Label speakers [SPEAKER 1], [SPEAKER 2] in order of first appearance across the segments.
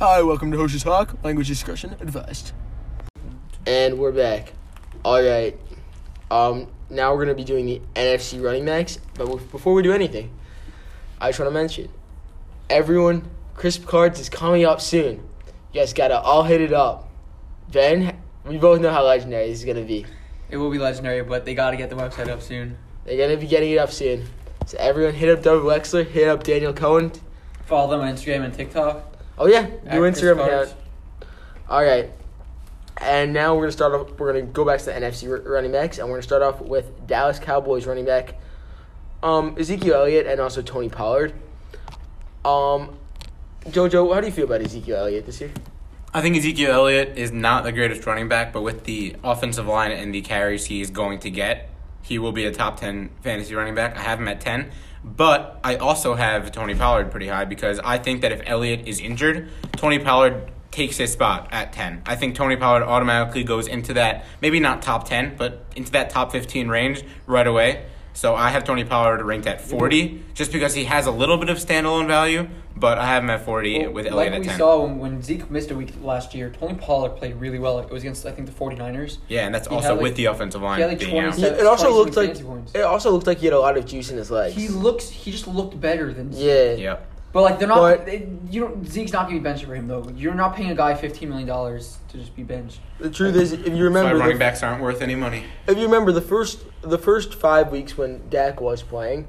[SPEAKER 1] Hi, welcome to Hoshi's Talk. Language discussion advised.
[SPEAKER 2] And we're back. All right. Um, now we're gonna be doing the NFC running backs. But w- before we do anything, I just want to mention, everyone, crisp cards is coming up soon. You guys gotta all hit it up. Ben, we both know how legendary this is gonna be.
[SPEAKER 3] It will be legendary, but they gotta get the website up soon.
[SPEAKER 2] They're gonna be getting it up soon. So everyone, hit up Doug Wexler, hit up Daniel Cohen.
[SPEAKER 3] Follow them on Instagram and TikTok.
[SPEAKER 2] Oh yeah,
[SPEAKER 3] at
[SPEAKER 2] new
[SPEAKER 3] Chris
[SPEAKER 2] Instagram
[SPEAKER 3] Cards.
[SPEAKER 2] account. All right. And now we're gonna start off. We're gonna go back to the NFC r- running backs, and we're gonna start off with Dallas Cowboys running back um, Ezekiel Elliott and also Tony Pollard. Um, JoJo, how do you feel about Ezekiel Elliott this year?
[SPEAKER 4] I think Ezekiel Elliott is not the greatest running back, but with the offensive line and the carries he's going to get, he will be a top 10 fantasy running back. I have him at 10. But I also have Tony Pollard pretty high because I think that if Elliott is injured, Tony Pollard takes his spot at 10. I think Tony Pollard automatically goes into that, maybe not top 10, but into that top 15 range right away. So I have Tony Pollard ranked at 40 just because he has a little bit of standalone value, but I have him at 40 with Elliott
[SPEAKER 3] like
[SPEAKER 4] at
[SPEAKER 3] we
[SPEAKER 4] 10.
[SPEAKER 3] saw when, when Zeke missed a week last year, Tony Pollard played really well. It was against I think the 49ers.
[SPEAKER 4] Yeah, and that's
[SPEAKER 3] He
[SPEAKER 4] also
[SPEAKER 3] had, like-
[SPEAKER 4] with the offensive line
[SPEAKER 3] he had, like,
[SPEAKER 4] being
[SPEAKER 3] 20
[SPEAKER 4] out.
[SPEAKER 3] Yeah,
[SPEAKER 2] it also
[SPEAKER 3] twice
[SPEAKER 2] looked
[SPEAKER 3] in
[SPEAKER 2] like
[SPEAKER 3] fantasy points.
[SPEAKER 2] it also looked like he had a lot of juice in his legs.
[SPEAKER 3] He looks he just looked better than Zeke.
[SPEAKER 2] yeah,
[SPEAKER 4] Yeah.
[SPEAKER 3] But like they're not
[SPEAKER 2] But-
[SPEAKER 3] they, you don't Zeke's not gonna be benched for him though. You're not paying a guy fifteen million dollars to just be benched.
[SPEAKER 2] The truth is, if you
[SPEAKER 4] That's why
[SPEAKER 2] remember,
[SPEAKER 4] running
[SPEAKER 2] the-
[SPEAKER 4] backs aren't worth any money.
[SPEAKER 2] if you remember the first the first five weeks when Dak was playing,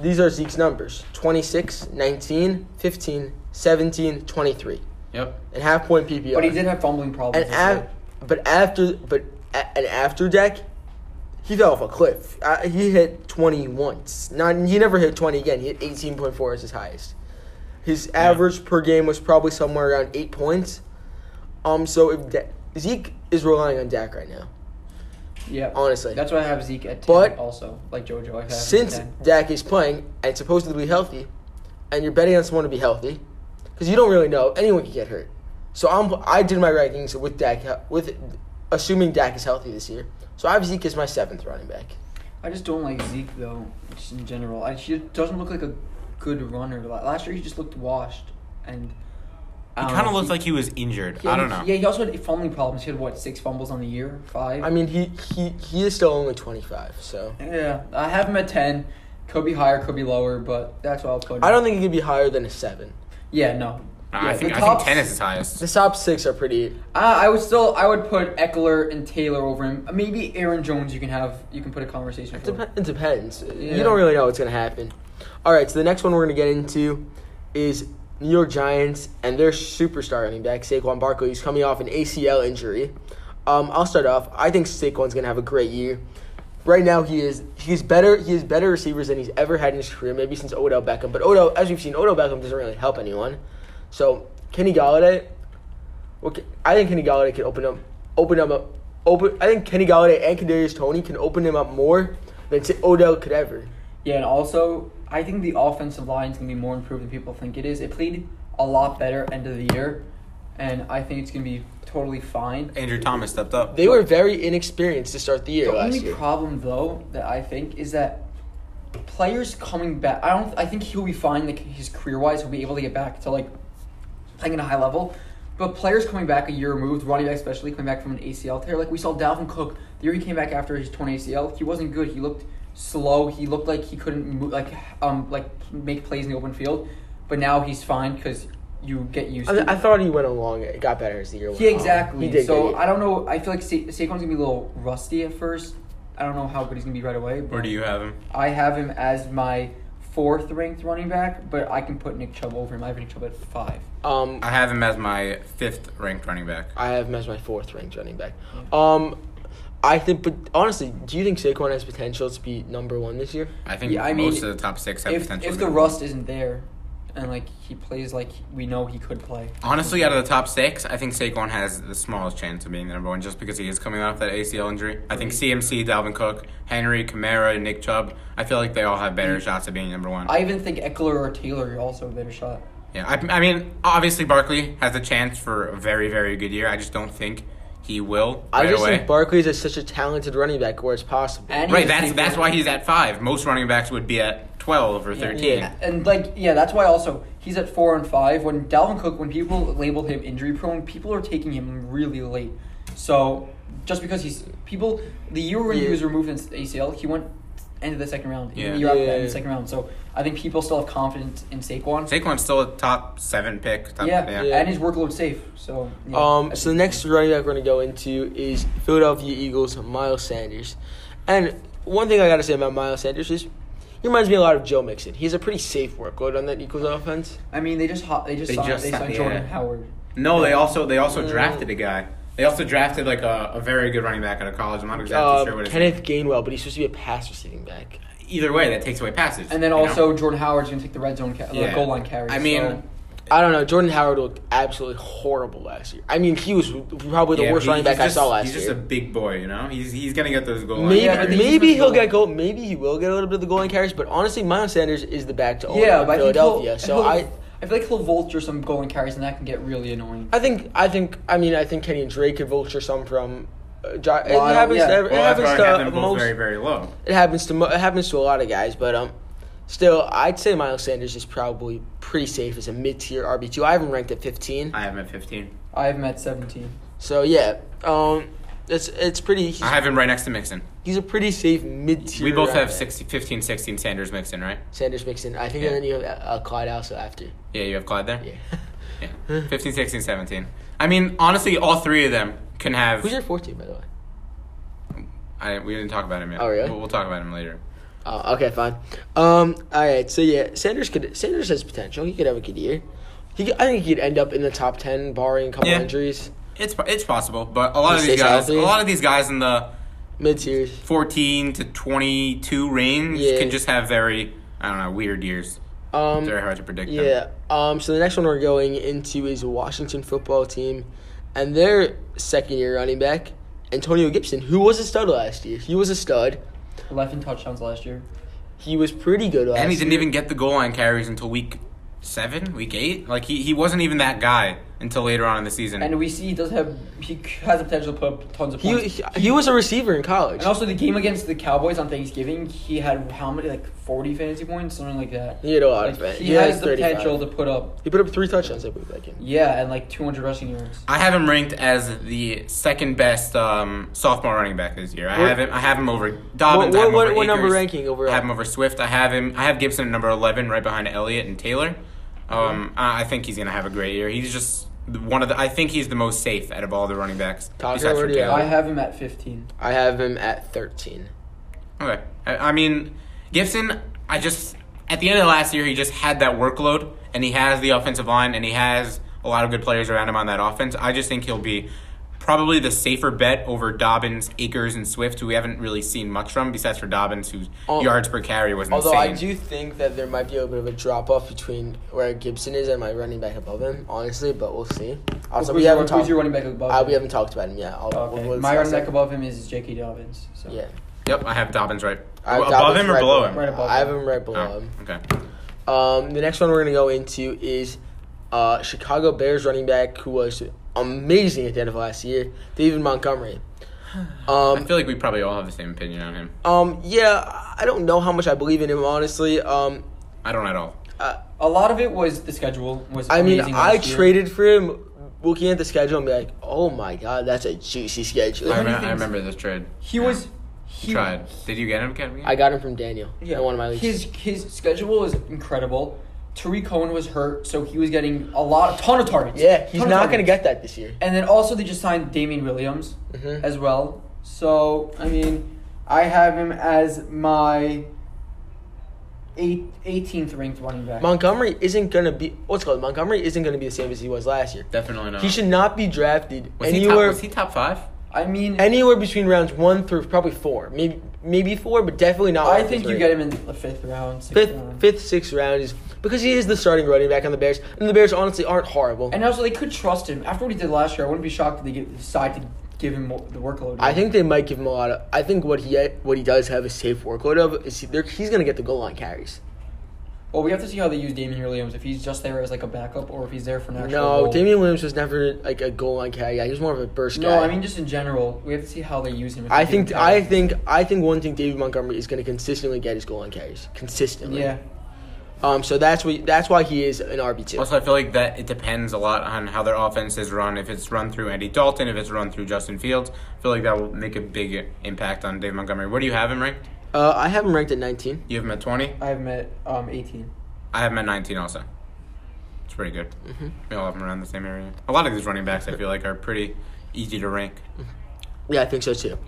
[SPEAKER 2] these are Zeke's numbers 26, 19, 15, 17, 23.
[SPEAKER 4] Yep.
[SPEAKER 2] And half point PPR.
[SPEAKER 3] But he did have fumbling problems.
[SPEAKER 2] and
[SPEAKER 3] this year.
[SPEAKER 2] af- but after but a- and after Dak, he fell off a cliff. Uh, he hit 20 once. Not he never hit 20 again. He hit 18.4 as his highest. His average per game was probably somewhere around 8 points. Um so if da- Zeke is relying on Dak right now.
[SPEAKER 3] yeah,
[SPEAKER 2] honestly.
[SPEAKER 3] that's why I have Zeke at ten.
[SPEAKER 2] But-
[SPEAKER 3] also, like JoJo, I have him at
[SPEAKER 2] since
[SPEAKER 3] 10.
[SPEAKER 2] Dak is playing and supposedly healthy, and you're betting on someone to be healthy, because you don't really know anyone could get hurt. So I'm I did my rankings with Dak he- with assuming Dak is healthy this year. So I have Zeke as my seventh running back.
[SPEAKER 3] I just don't like Zeke though, just in general. I, she doesn't look like a good runner. La- Last year he just looked washed, and
[SPEAKER 4] He kind of looked like he was injured.
[SPEAKER 3] Um, Yeah,
[SPEAKER 4] I don't know.
[SPEAKER 3] Yeah, he also had fumbling problems. He had what six fumbles on the year, five.
[SPEAKER 2] I mean he he, he is still only 25, so
[SPEAKER 3] yeah, I have him at ten. Could be higher, could be lower, but that's what I'll put. him.
[SPEAKER 2] I don't think he could be higher than a seven.
[SPEAKER 3] Yeah, no.
[SPEAKER 4] Nah,
[SPEAKER 3] Yeah,
[SPEAKER 4] I think
[SPEAKER 3] the
[SPEAKER 4] I think
[SPEAKER 3] top-
[SPEAKER 4] ten is his highest.
[SPEAKER 2] The top six are pretty.
[SPEAKER 3] I, I would still. I would put Eckler and Taylor over him. Maybe Aaron Jones. You can have. You can put a conversation.
[SPEAKER 2] It,
[SPEAKER 3] For.
[SPEAKER 2] dep- it depends.
[SPEAKER 3] Yeah.
[SPEAKER 2] You don't really know what's gonna happen. All right, so the next one we're gonna get into is New York Giants and their superstar running back Saquon Barkley, who's coming off an ACL injury. Um, I'll start off. I think Saquon's gonna have a great year. Right now, he is he's better. He has better receivers than he's ever had in his career, maybe since Odell Beckham. But Odell, as we've seen, Odell Beckham doesn't really help anyone. So Kenny Galladay, well, Ke- I think Kenny Galladay can open up, open up, open. I think Kenny Galladay and Kadarius Tony can open him up more than Sa- Odell could ever.
[SPEAKER 3] Yeah, and also I think the offensive line is gonna be more improved than people think it is. It played a lot better end of the year, and I think it's gonna be totally fine.
[SPEAKER 4] Andrew Thomas stepped up.
[SPEAKER 2] They were very inexperienced to start the year
[SPEAKER 3] The
[SPEAKER 2] last
[SPEAKER 3] only
[SPEAKER 2] year.
[SPEAKER 3] problem though that I think is that players coming back. I don't. I think he'll be fine. Like his career wise, he'll be able to get back to like playing at a high level. But players coming back a year removed, running back especially coming back from an ACL tear, like we saw Dalvin Cook the year he came back after his torn ACL, he wasn't good. He looked slow. He looked like he couldn't move, like um like make plays in the open field. But now he's fine because you get used. to it.
[SPEAKER 2] I, I thought he went along. It got better as the year went.
[SPEAKER 3] Yeah,
[SPEAKER 2] on.
[SPEAKER 3] exactly.
[SPEAKER 2] He did.
[SPEAKER 3] so
[SPEAKER 2] good.
[SPEAKER 3] I don't know. I feel like Sa- Saquon's gonna be a little rusty at first. I don't know how good he's gonna be right away. But
[SPEAKER 4] Where do you have him?
[SPEAKER 3] I have him as my fourth ranked running back, but I can put Nick Chubb over him. I have Nick Chubb at five.
[SPEAKER 2] um,
[SPEAKER 4] I have him as my fifth ranked running back.
[SPEAKER 2] I have him as my fourth ranked running back. Um, I think, but honestly, do you think Saquon has potential to be number one this year?
[SPEAKER 4] I think
[SPEAKER 3] Yeah, I
[SPEAKER 4] most
[SPEAKER 3] mean,
[SPEAKER 4] of the top six have
[SPEAKER 3] If
[SPEAKER 4] potential.
[SPEAKER 3] if the
[SPEAKER 4] to-
[SPEAKER 3] rust isn't there, and like he plays like we know he could play.
[SPEAKER 4] Honestly, out of the top six, I think Saquon has the smallest chance of being the number one just because he is coming off that ACL injury. I think CMC, Dalvin Cook, Henry, Kamara, Nick Chubb, I feel like they all have
[SPEAKER 3] Mm.
[SPEAKER 4] better shots at being number one.
[SPEAKER 3] I even think Eckler or Taylor are also a better shot.
[SPEAKER 4] Yeah, I, I mean, obviously Barkley has a chance for a very, very good year. I just don't think he will
[SPEAKER 2] I
[SPEAKER 4] right
[SPEAKER 2] just
[SPEAKER 4] away.
[SPEAKER 2] think Barkley is such a talented running back where it's possible.
[SPEAKER 3] And he
[SPEAKER 4] right,
[SPEAKER 3] has
[SPEAKER 4] that's
[SPEAKER 3] people-
[SPEAKER 4] that's why he's at five. Most running backs would be at twelve or thirteen.
[SPEAKER 3] Yeah, and like yeah, that's why also he He's at four and five. When Dalvin Cook, when people label him injury prone, people are taking him really late. So just because he's people, the year when he
[SPEAKER 2] Yeah.
[SPEAKER 3] was removed in ACL, he went end of the second round.
[SPEAKER 4] Yeah.
[SPEAKER 3] The year after that, in
[SPEAKER 2] Yeah.
[SPEAKER 3] the second round. So I think people still have confidence in Saquon.
[SPEAKER 4] Saquon's still a top seven pick. Top,
[SPEAKER 3] yeah.
[SPEAKER 4] yeah.
[SPEAKER 2] Yeah.
[SPEAKER 3] and his workload's safe. So yeah,
[SPEAKER 2] Um,
[SPEAKER 3] I
[SPEAKER 2] so the
[SPEAKER 3] think-
[SPEAKER 2] next running back we're gonna go into is Philadelphia Eagles Miles Sanders, and one thing I gotta say about Miles Sanders is he reminds me a lot of Joe Mixon. He's a pretty safe workload on that Eagles offense.
[SPEAKER 3] I mean, they just hot. They just
[SPEAKER 4] They
[SPEAKER 3] signed,
[SPEAKER 4] just
[SPEAKER 3] they
[SPEAKER 4] signed-
[SPEAKER 3] signed Jordan
[SPEAKER 4] yeah.
[SPEAKER 3] Howard.
[SPEAKER 4] No, they also they also
[SPEAKER 2] Mm.
[SPEAKER 4] drafted a guy. They also drafted like a, a very good running back out of college. I'm not exactly
[SPEAKER 2] Um,
[SPEAKER 4] sure what his
[SPEAKER 2] Kenneth Gainwell, but he's supposed to be a pass receiving back.
[SPEAKER 4] Either way, that takes away passes.
[SPEAKER 3] And then
[SPEAKER 4] you know?
[SPEAKER 3] also Jordan Howard's gonna take the red zone, ca- the
[SPEAKER 4] Yeah.
[SPEAKER 3] goal line carry.
[SPEAKER 4] I mean,
[SPEAKER 3] so-
[SPEAKER 2] I don't know. Jordan Howard looked absolutely horrible last year. I mean, he was probably the
[SPEAKER 4] yeah,
[SPEAKER 2] worst
[SPEAKER 4] he-
[SPEAKER 2] running back
[SPEAKER 4] he's
[SPEAKER 2] I
[SPEAKER 4] just-
[SPEAKER 2] saw last
[SPEAKER 4] He's just
[SPEAKER 2] year.
[SPEAKER 4] a big boy, you know. He's he's gonna get those goal. line
[SPEAKER 2] Maybe,
[SPEAKER 3] Yeah, but
[SPEAKER 4] carries.
[SPEAKER 3] they-
[SPEAKER 2] maybe he'll
[SPEAKER 3] goal
[SPEAKER 2] get
[SPEAKER 3] line.
[SPEAKER 2] goal. Maybe he will get a little bit of the goal line carries. But honestly, Miles Sanders is the back to all
[SPEAKER 3] yeah, but I think he'll-
[SPEAKER 2] Oh, Philadelphia. So
[SPEAKER 3] he'll-
[SPEAKER 2] I,
[SPEAKER 3] I feel like he'll vulture some goal line carries, and that can get really annoying.
[SPEAKER 2] I think, I think, I mean, I think Kenny and Drake could vulture some from. Uh, Gi-
[SPEAKER 3] Well, I
[SPEAKER 2] it
[SPEAKER 3] don't-
[SPEAKER 2] happens.
[SPEAKER 3] yeah.
[SPEAKER 2] To, every-
[SPEAKER 4] Well, that's
[SPEAKER 2] it
[SPEAKER 4] why I have
[SPEAKER 2] happens
[SPEAKER 4] them
[SPEAKER 2] to
[SPEAKER 4] both
[SPEAKER 2] uh, most.
[SPEAKER 4] very very low.
[SPEAKER 2] It happens to mo- it happens to a lot of guys, but um, still, I'd say Miles Sanders is probably pretty safe as a mid tier RB two. I haven't ranked at fifteen,
[SPEAKER 4] I have him at 15.
[SPEAKER 3] I have him at seventeen.
[SPEAKER 2] so yeah, um, it's it's pretty. He's,
[SPEAKER 4] I have him right next to Mixon.
[SPEAKER 2] he's a pretty safe mid tier.
[SPEAKER 4] We both have 60, 15, 16 Sanders Mixon, right?
[SPEAKER 2] Sanders Mixon. I think,
[SPEAKER 4] Yeah.
[SPEAKER 2] and then you have uh, Clyde also after.
[SPEAKER 4] Yeah, you have Clyde there?
[SPEAKER 2] Yeah.
[SPEAKER 4] Yeah. 15, 16, 17. I mean, honestly, all three of them can have.
[SPEAKER 2] Who's your fourteen, by the way?
[SPEAKER 4] I, we didn't talk about him yet.
[SPEAKER 2] Oh, really?
[SPEAKER 4] We'll, we'll talk about him later.
[SPEAKER 2] Oh, okay, fine. Um, all right. So yeah, Sanders could Sanders has potential. He could have a good year. He could, I think he could end up in the top ten, barring a couple
[SPEAKER 4] Yeah.
[SPEAKER 2] injuries.
[SPEAKER 4] It's it's possible, but a lot of
[SPEAKER 2] He
[SPEAKER 4] these
[SPEAKER 2] stays
[SPEAKER 4] guys,
[SPEAKER 2] healthy?
[SPEAKER 4] a lot of these guys in the
[SPEAKER 2] Mid series.
[SPEAKER 4] 14 to 22 range
[SPEAKER 2] Yeah.
[SPEAKER 4] can just have very, I don't know, weird years. It's
[SPEAKER 2] Um,
[SPEAKER 4] very hard to predict. them.
[SPEAKER 2] yeah. Um, so the next one we're going into is Washington football team, and their second year running back Antonio Gibson, who was a stud last year. He was a stud.
[SPEAKER 3] Eleven touchdowns last year.
[SPEAKER 2] He was pretty good last.
[SPEAKER 4] And he didn't
[SPEAKER 2] year.
[SPEAKER 4] even get the goal line carries until week seven, week eight. Like he, he wasn't even that guy until later on in the season.
[SPEAKER 3] And we see he does have he has the potential to put up tons of
[SPEAKER 2] He,
[SPEAKER 3] points.
[SPEAKER 2] he, he was a receiver in college.
[SPEAKER 3] and also the game against the Cowboys on Thanksgiving, he had how many like forty fantasy points, something like that.
[SPEAKER 2] He had a lot
[SPEAKER 3] Like,
[SPEAKER 2] of it.
[SPEAKER 3] he
[SPEAKER 2] He had
[SPEAKER 3] has the
[SPEAKER 2] 35.
[SPEAKER 3] potential to put up
[SPEAKER 2] He put up three touchdowns, I believe, that game.
[SPEAKER 3] yeah, and like two hundred rushing yards.
[SPEAKER 4] I have him ranked as the second best um, sophomore running back this year. I
[SPEAKER 2] What-
[SPEAKER 4] have him. I have him over Dobbins. I
[SPEAKER 2] what-
[SPEAKER 4] have him
[SPEAKER 2] what-
[SPEAKER 4] over
[SPEAKER 2] what number
[SPEAKER 4] Akers.
[SPEAKER 2] ranking overall?
[SPEAKER 4] I have him over Swift. I have him. I have Gibson at number eleven, right behind Elliott and Taylor. Um,
[SPEAKER 2] Mm-hmm.
[SPEAKER 4] I I think he's gonna have a great year. He's just the- one of the. I think he's the most safe out of all the running backs.
[SPEAKER 2] Tucker,
[SPEAKER 4] besides
[SPEAKER 2] where
[SPEAKER 4] from
[SPEAKER 2] do you
[SPEAKER 4] Taylor.
[SPEAKER 3] I have him at fifteen.
[SPEAKER 2] I have him at thirteen.
[SPEAKER 4] Okay. I, I mean, Gibson, I just, at the end of last year, he just had that workload, and he has the offensive line, and he has a lot of good players around him on that offense. I just think he'll be probably the safer bet over Dobbins, Akers, and Swift, who we haven't really seen much from, besides for Dobbins, whose
[SPEAKER 2] Al-
[SPEAKER 4] yards per carry was
[SPEAKER 2] Although
[SPEAKER 4] insane.
[SPEAKER 2] I do think that there might be a bit of a drop off between where Gibson is and my running back above him, honestly, but we'll see. Also,
[SPEAKER 3] who's,
[SPEAKER 2] we
[SPEAKER 3] your,
[SPEAKER 2] haven't
[SPEAKER 3] who's
[SPEAKER 2] talked.
[SPEAKER 3] your running back above?
[SPEAKER 2] uh,
[SPEAKER 3] him?
[SPEAKER 2] we haven't talked about him yet. I'll,
[SPEAKER 3] Okay.
[SPEAKER 2] we'll- we'll
[SPEAKER 3] My running
[SPEAKER 2] discuss
[SPEAKER 3] back
[SPEAKER 2] it.
[SPEAKER 3] above him is J.K. Dobbins. So.
[SPEAKER 2] Yeah.
[SPEAKER 4] yep, I have Dobbins right.
[SPEAKER 2] I have
[SPEAKER 4] above
[SPEAKER 2] Dobbins
[SPEAKER 4] him or
[SPEAKER 2] right
[SPEAKER 4] below him?
[SPEAKER 3] Right above
[SPEAKER 2] I have
[SPEAKER 3] him.
[SPEAKER 2] him right below
[SPEAKER 4] Oh,
[SPEAKER 2] him.
[SPEAKER 4] okay.
[SPEAKER 2] Um, the next one we're gonna go into is uh, Chicago Bears running back who was amazing at the end of last year, David Montgomery.
[SPEAKER 4] I
[SPEAKER 2] Um,
[SPEAKER 4] feel like we probably all have the same opinion on him.
[SPEAKER 2] um, yeah, I don't know how much I believe in him honestly. Um,
[SPEAKER 4] I don't at all.
[SPEAKER 3] A lot of it was the schedule was.
[SPEAKER 2] I mean,
[SPEAKER 3] amazing
[SPEAKER 2] I
[SPEAKER 3] last year.
[SPEAKER 2] traded for him. Looking at the schedule and be like, oh my god, that's a juicy schedule.
[SPEAKER 4] I,
[SPEAKER 3] many
[SPEAKER 4] remember, I
[SPEAKER 3] things-
[SPEAKER 4] remember this trade.
[SPEAKER 3] He
[SPEAKER 4] Yeah.
[SPEAKER 3] was. He
[SPEAKER 4] tried. Did you get him, Kevin?
[SPEAKER 2] I got him from Daniel in one of my leagues.
[SPEAKER 3] His his schedule is incredible. Tariq Cohen was hurt, so he was getting a lot, a ton of targets.
[SPEAKER 2] yeah, he's
[SPEAKER 3] Ton of
[SPEAKER 2] not gonna
[SPEAKER 3] targets.
[SPEAKER 2] get that this year.
[SPEAKER 3] And then also they just signed Damian Williams
[SPEAKER 2] Mhm.
[SPEAKER 3] as well. So I mean, I have him as my eight, 18th ranked running back.
[SPEAKER 2] Montgomery isn't gonna be what's it called Montgomery isn't gonna be the same as he was last year.
[SPEAKER 4] Definitely not.
[SPEAKER 2] He should not be drafted
[SPEAKER 4] Was he, top,
[SPEAKER 2] anywhere
[SPEAKER 4] was he top five?
[SPEAKER 3] I mean,
[SPEAKER 2] anywhere between rounds one through probably four, maybe maybe four, but definitely not.
[SPEAKER 3] I
[SPEAKER 2] like
[SPEAKER 3] think
[SPEAKER 2] this
[SPEAKER 3] you
[SPEAKER 2] right
[SPEAKER 3] get him in the fifth round, sixth
[SPEAKER 2] fifth,
[SPEAKER 3] round.
[SPEAKER 2] fifth, sixth round is because he is the starting running back on the Bears, and the Bears honestly aren't horrible.
[SPEAKER 3] And also they could trust him. After what he did last year, I wouldn't be shocked if they get, decide to give him more, the workload.
[SPEAKER 2] I think they might give him a lot of. I think what he what he does have a safe workload of is he, there- he's gonna get the goal line carries.
[SPEAKER 3] Well, we have to see how they use Damian Williams. If he's just there as like a backup, or if he's there for an actual.
[SPEAKER 2] No,
[SPEAKER 3] role.
[SPEAKER 2] Damian Williams was never like a goal line carry guy. He was more of a burst guy.
[SPEAKER 3] No, I mean just in general, we have to see how they use him. if
[SPEAKER 2] I
[SPEAKER 3] they
[SPEAKER 2] think
[SPEAKER 3] give him
[SPEAKER 2] I
[SPEAKER 3] time.
[SPEAKER 2] think I think one thing David Montgomery is going to consistently get his goal line carries consistently.
[SPEAKER 3] Yeah,
[SPEAKER 2] Um, so that's what that's why he is an RB two.
[SPEAKER 4] Also, I feel like that it depends a lot on how their offense is run. If it's run through Andy Dalton, if it's run through Justin Fields, I feel like that will make a big impact on Dave Montgomery. Where do you have him ranked?
[SPEAKER 2] Uh, I have him ranked at nineteen.
[SPEAKER 4] You have him at 20?
[SPEAKER 3] I have him at um, 18.
[SPEAKER 4] I have him at 19 also. It's pretty good. We all have him around the same area. A lot of these running backs, I feel like, are pretty easy to rank.
[SPEAKER 2] Yeah, I think so too.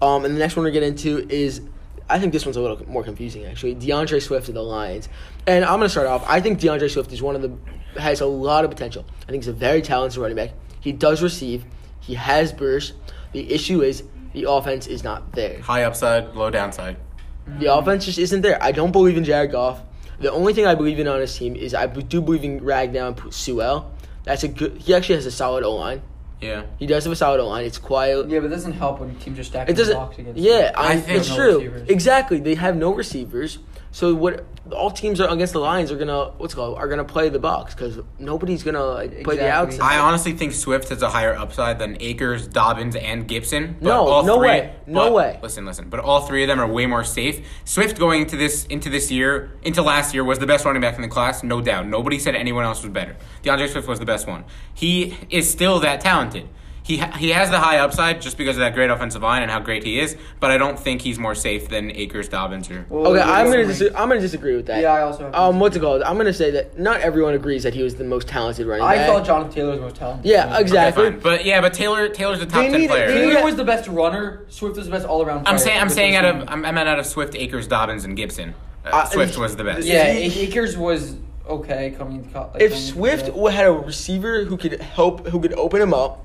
[SPEAKER 2] Um, and the next one we're getting into is, I think this one's a little more confusing actually. DeAndre Swift of the Lions, and I'm gonna start off. I think DeAndre Swift is one of the has a lot of potential. I think he's a very talented running back. He does receive. He has burst. The issue is the offense is not there.
[SPEAKER 4] High upside, low downside.
[SPEAKER 2] The offense just isn't there. I don't believe in Jared Goff. The only thing I believe in on his team is I do believe in Ragnar and Sewell. That's a good. He actually has a solid O line.
[SPEAKER 4] Yeah.
[SPEAKER 2] He does have a solid O line. It's quiet.
[SPEAKER 3] Yeah, but it doesn't help when teams are stacking
[SPEAKER 2] It
[SPEAKER 3] blocks
[SPEAKER 2] doesn't.
[SPEAKER 3] against
[SPEAKER 2] Yeah, I,
[SPEAKER 4] think-
[SPEAKER 2] it's
[SPEAKER 3] No
[SPEAKER 2] true.
[SPEAKER 3] receivers.
[SPEAKER 2] Exactly. They have no receivers. So what? All teams are against the Lions are gonna what's it called are gonna play the box because nobody's gonna like, play the
[SPEAKER 3] Exactly.
[SPEAKER 2] outside.
[SPEAKER 4] I honestly think Swift has a higher upside than Akers, Dobbins, and Gibson. but
[SPEAKER 2] No,
[SPEAKER 4] all
[SPEAKER 2] no way. No
[SPEAKER 4] but-
[SPEAKER 2] way.
[SPEAKER 4] Listen, listen. But all three of them are way more safe. Swift going into this into this year, into last year, was the best running back in the class, no doubt. Nobody said anyone else was better. DeAndre Swift was the best one. He is still that talented. He, ha- he has the high upside just because of that great offensive line and how great he is, but I don't think he's more safe than Akers, Dobbins, or
[SPEAKER 3] Well,
[SPEAKER 2] Okay,
[SPEAKER 3] yeah,
[SPEAKER 2] I'm gonna
[SPEAKER 3] it's
[SPEAKER 2] dis-
[SPEAKER 3] like-
[SPEAKER 2] I'm gonna disagree with that.
[SPEAKER 3] Yeah, I also have to
[SPEAKER 2] um what's it called? I'm gonna say that not everyone agrees that he was the most talented running
[SPEAKER 3] I
[SPEAKER 2] back.
[SPEAKER 3] thought Jonathan Taylor was most talented.
[SPEAKER 2] yeah,
[SPEAKER 4] Okay,
[SPEAKER 2] exactly.
[SPEAKER 4] fine. But yeah, but Taylor Taylor's a top
[SPEAKER 2] They
[SPEAKER 4] ten
[SPEAKER 2] need-
[SPEAKER 4] player.
[SPEAKER 2] they need-
[SPEAKER 3] Taylor was the best runner. Swift was the best all around.
[SPEAKER 4] I'm saying I'm saying out of I'm, I'm out of Swift, Akers, Dobbins, and Gibson. Uh,
[SPEAKER 2] Uh,
[SPEAKER 4] Swift was the best.
[SPEAKER 3] Yeah, Akers was okay coming. To co- like,
[SPEAKER 2] if
[SPEAKER 3] coming to
[SPEAKER 2] Swift
[SPEAKER 3] the-
[SPEAKER 2] w had a receiver who could help, who could open him up,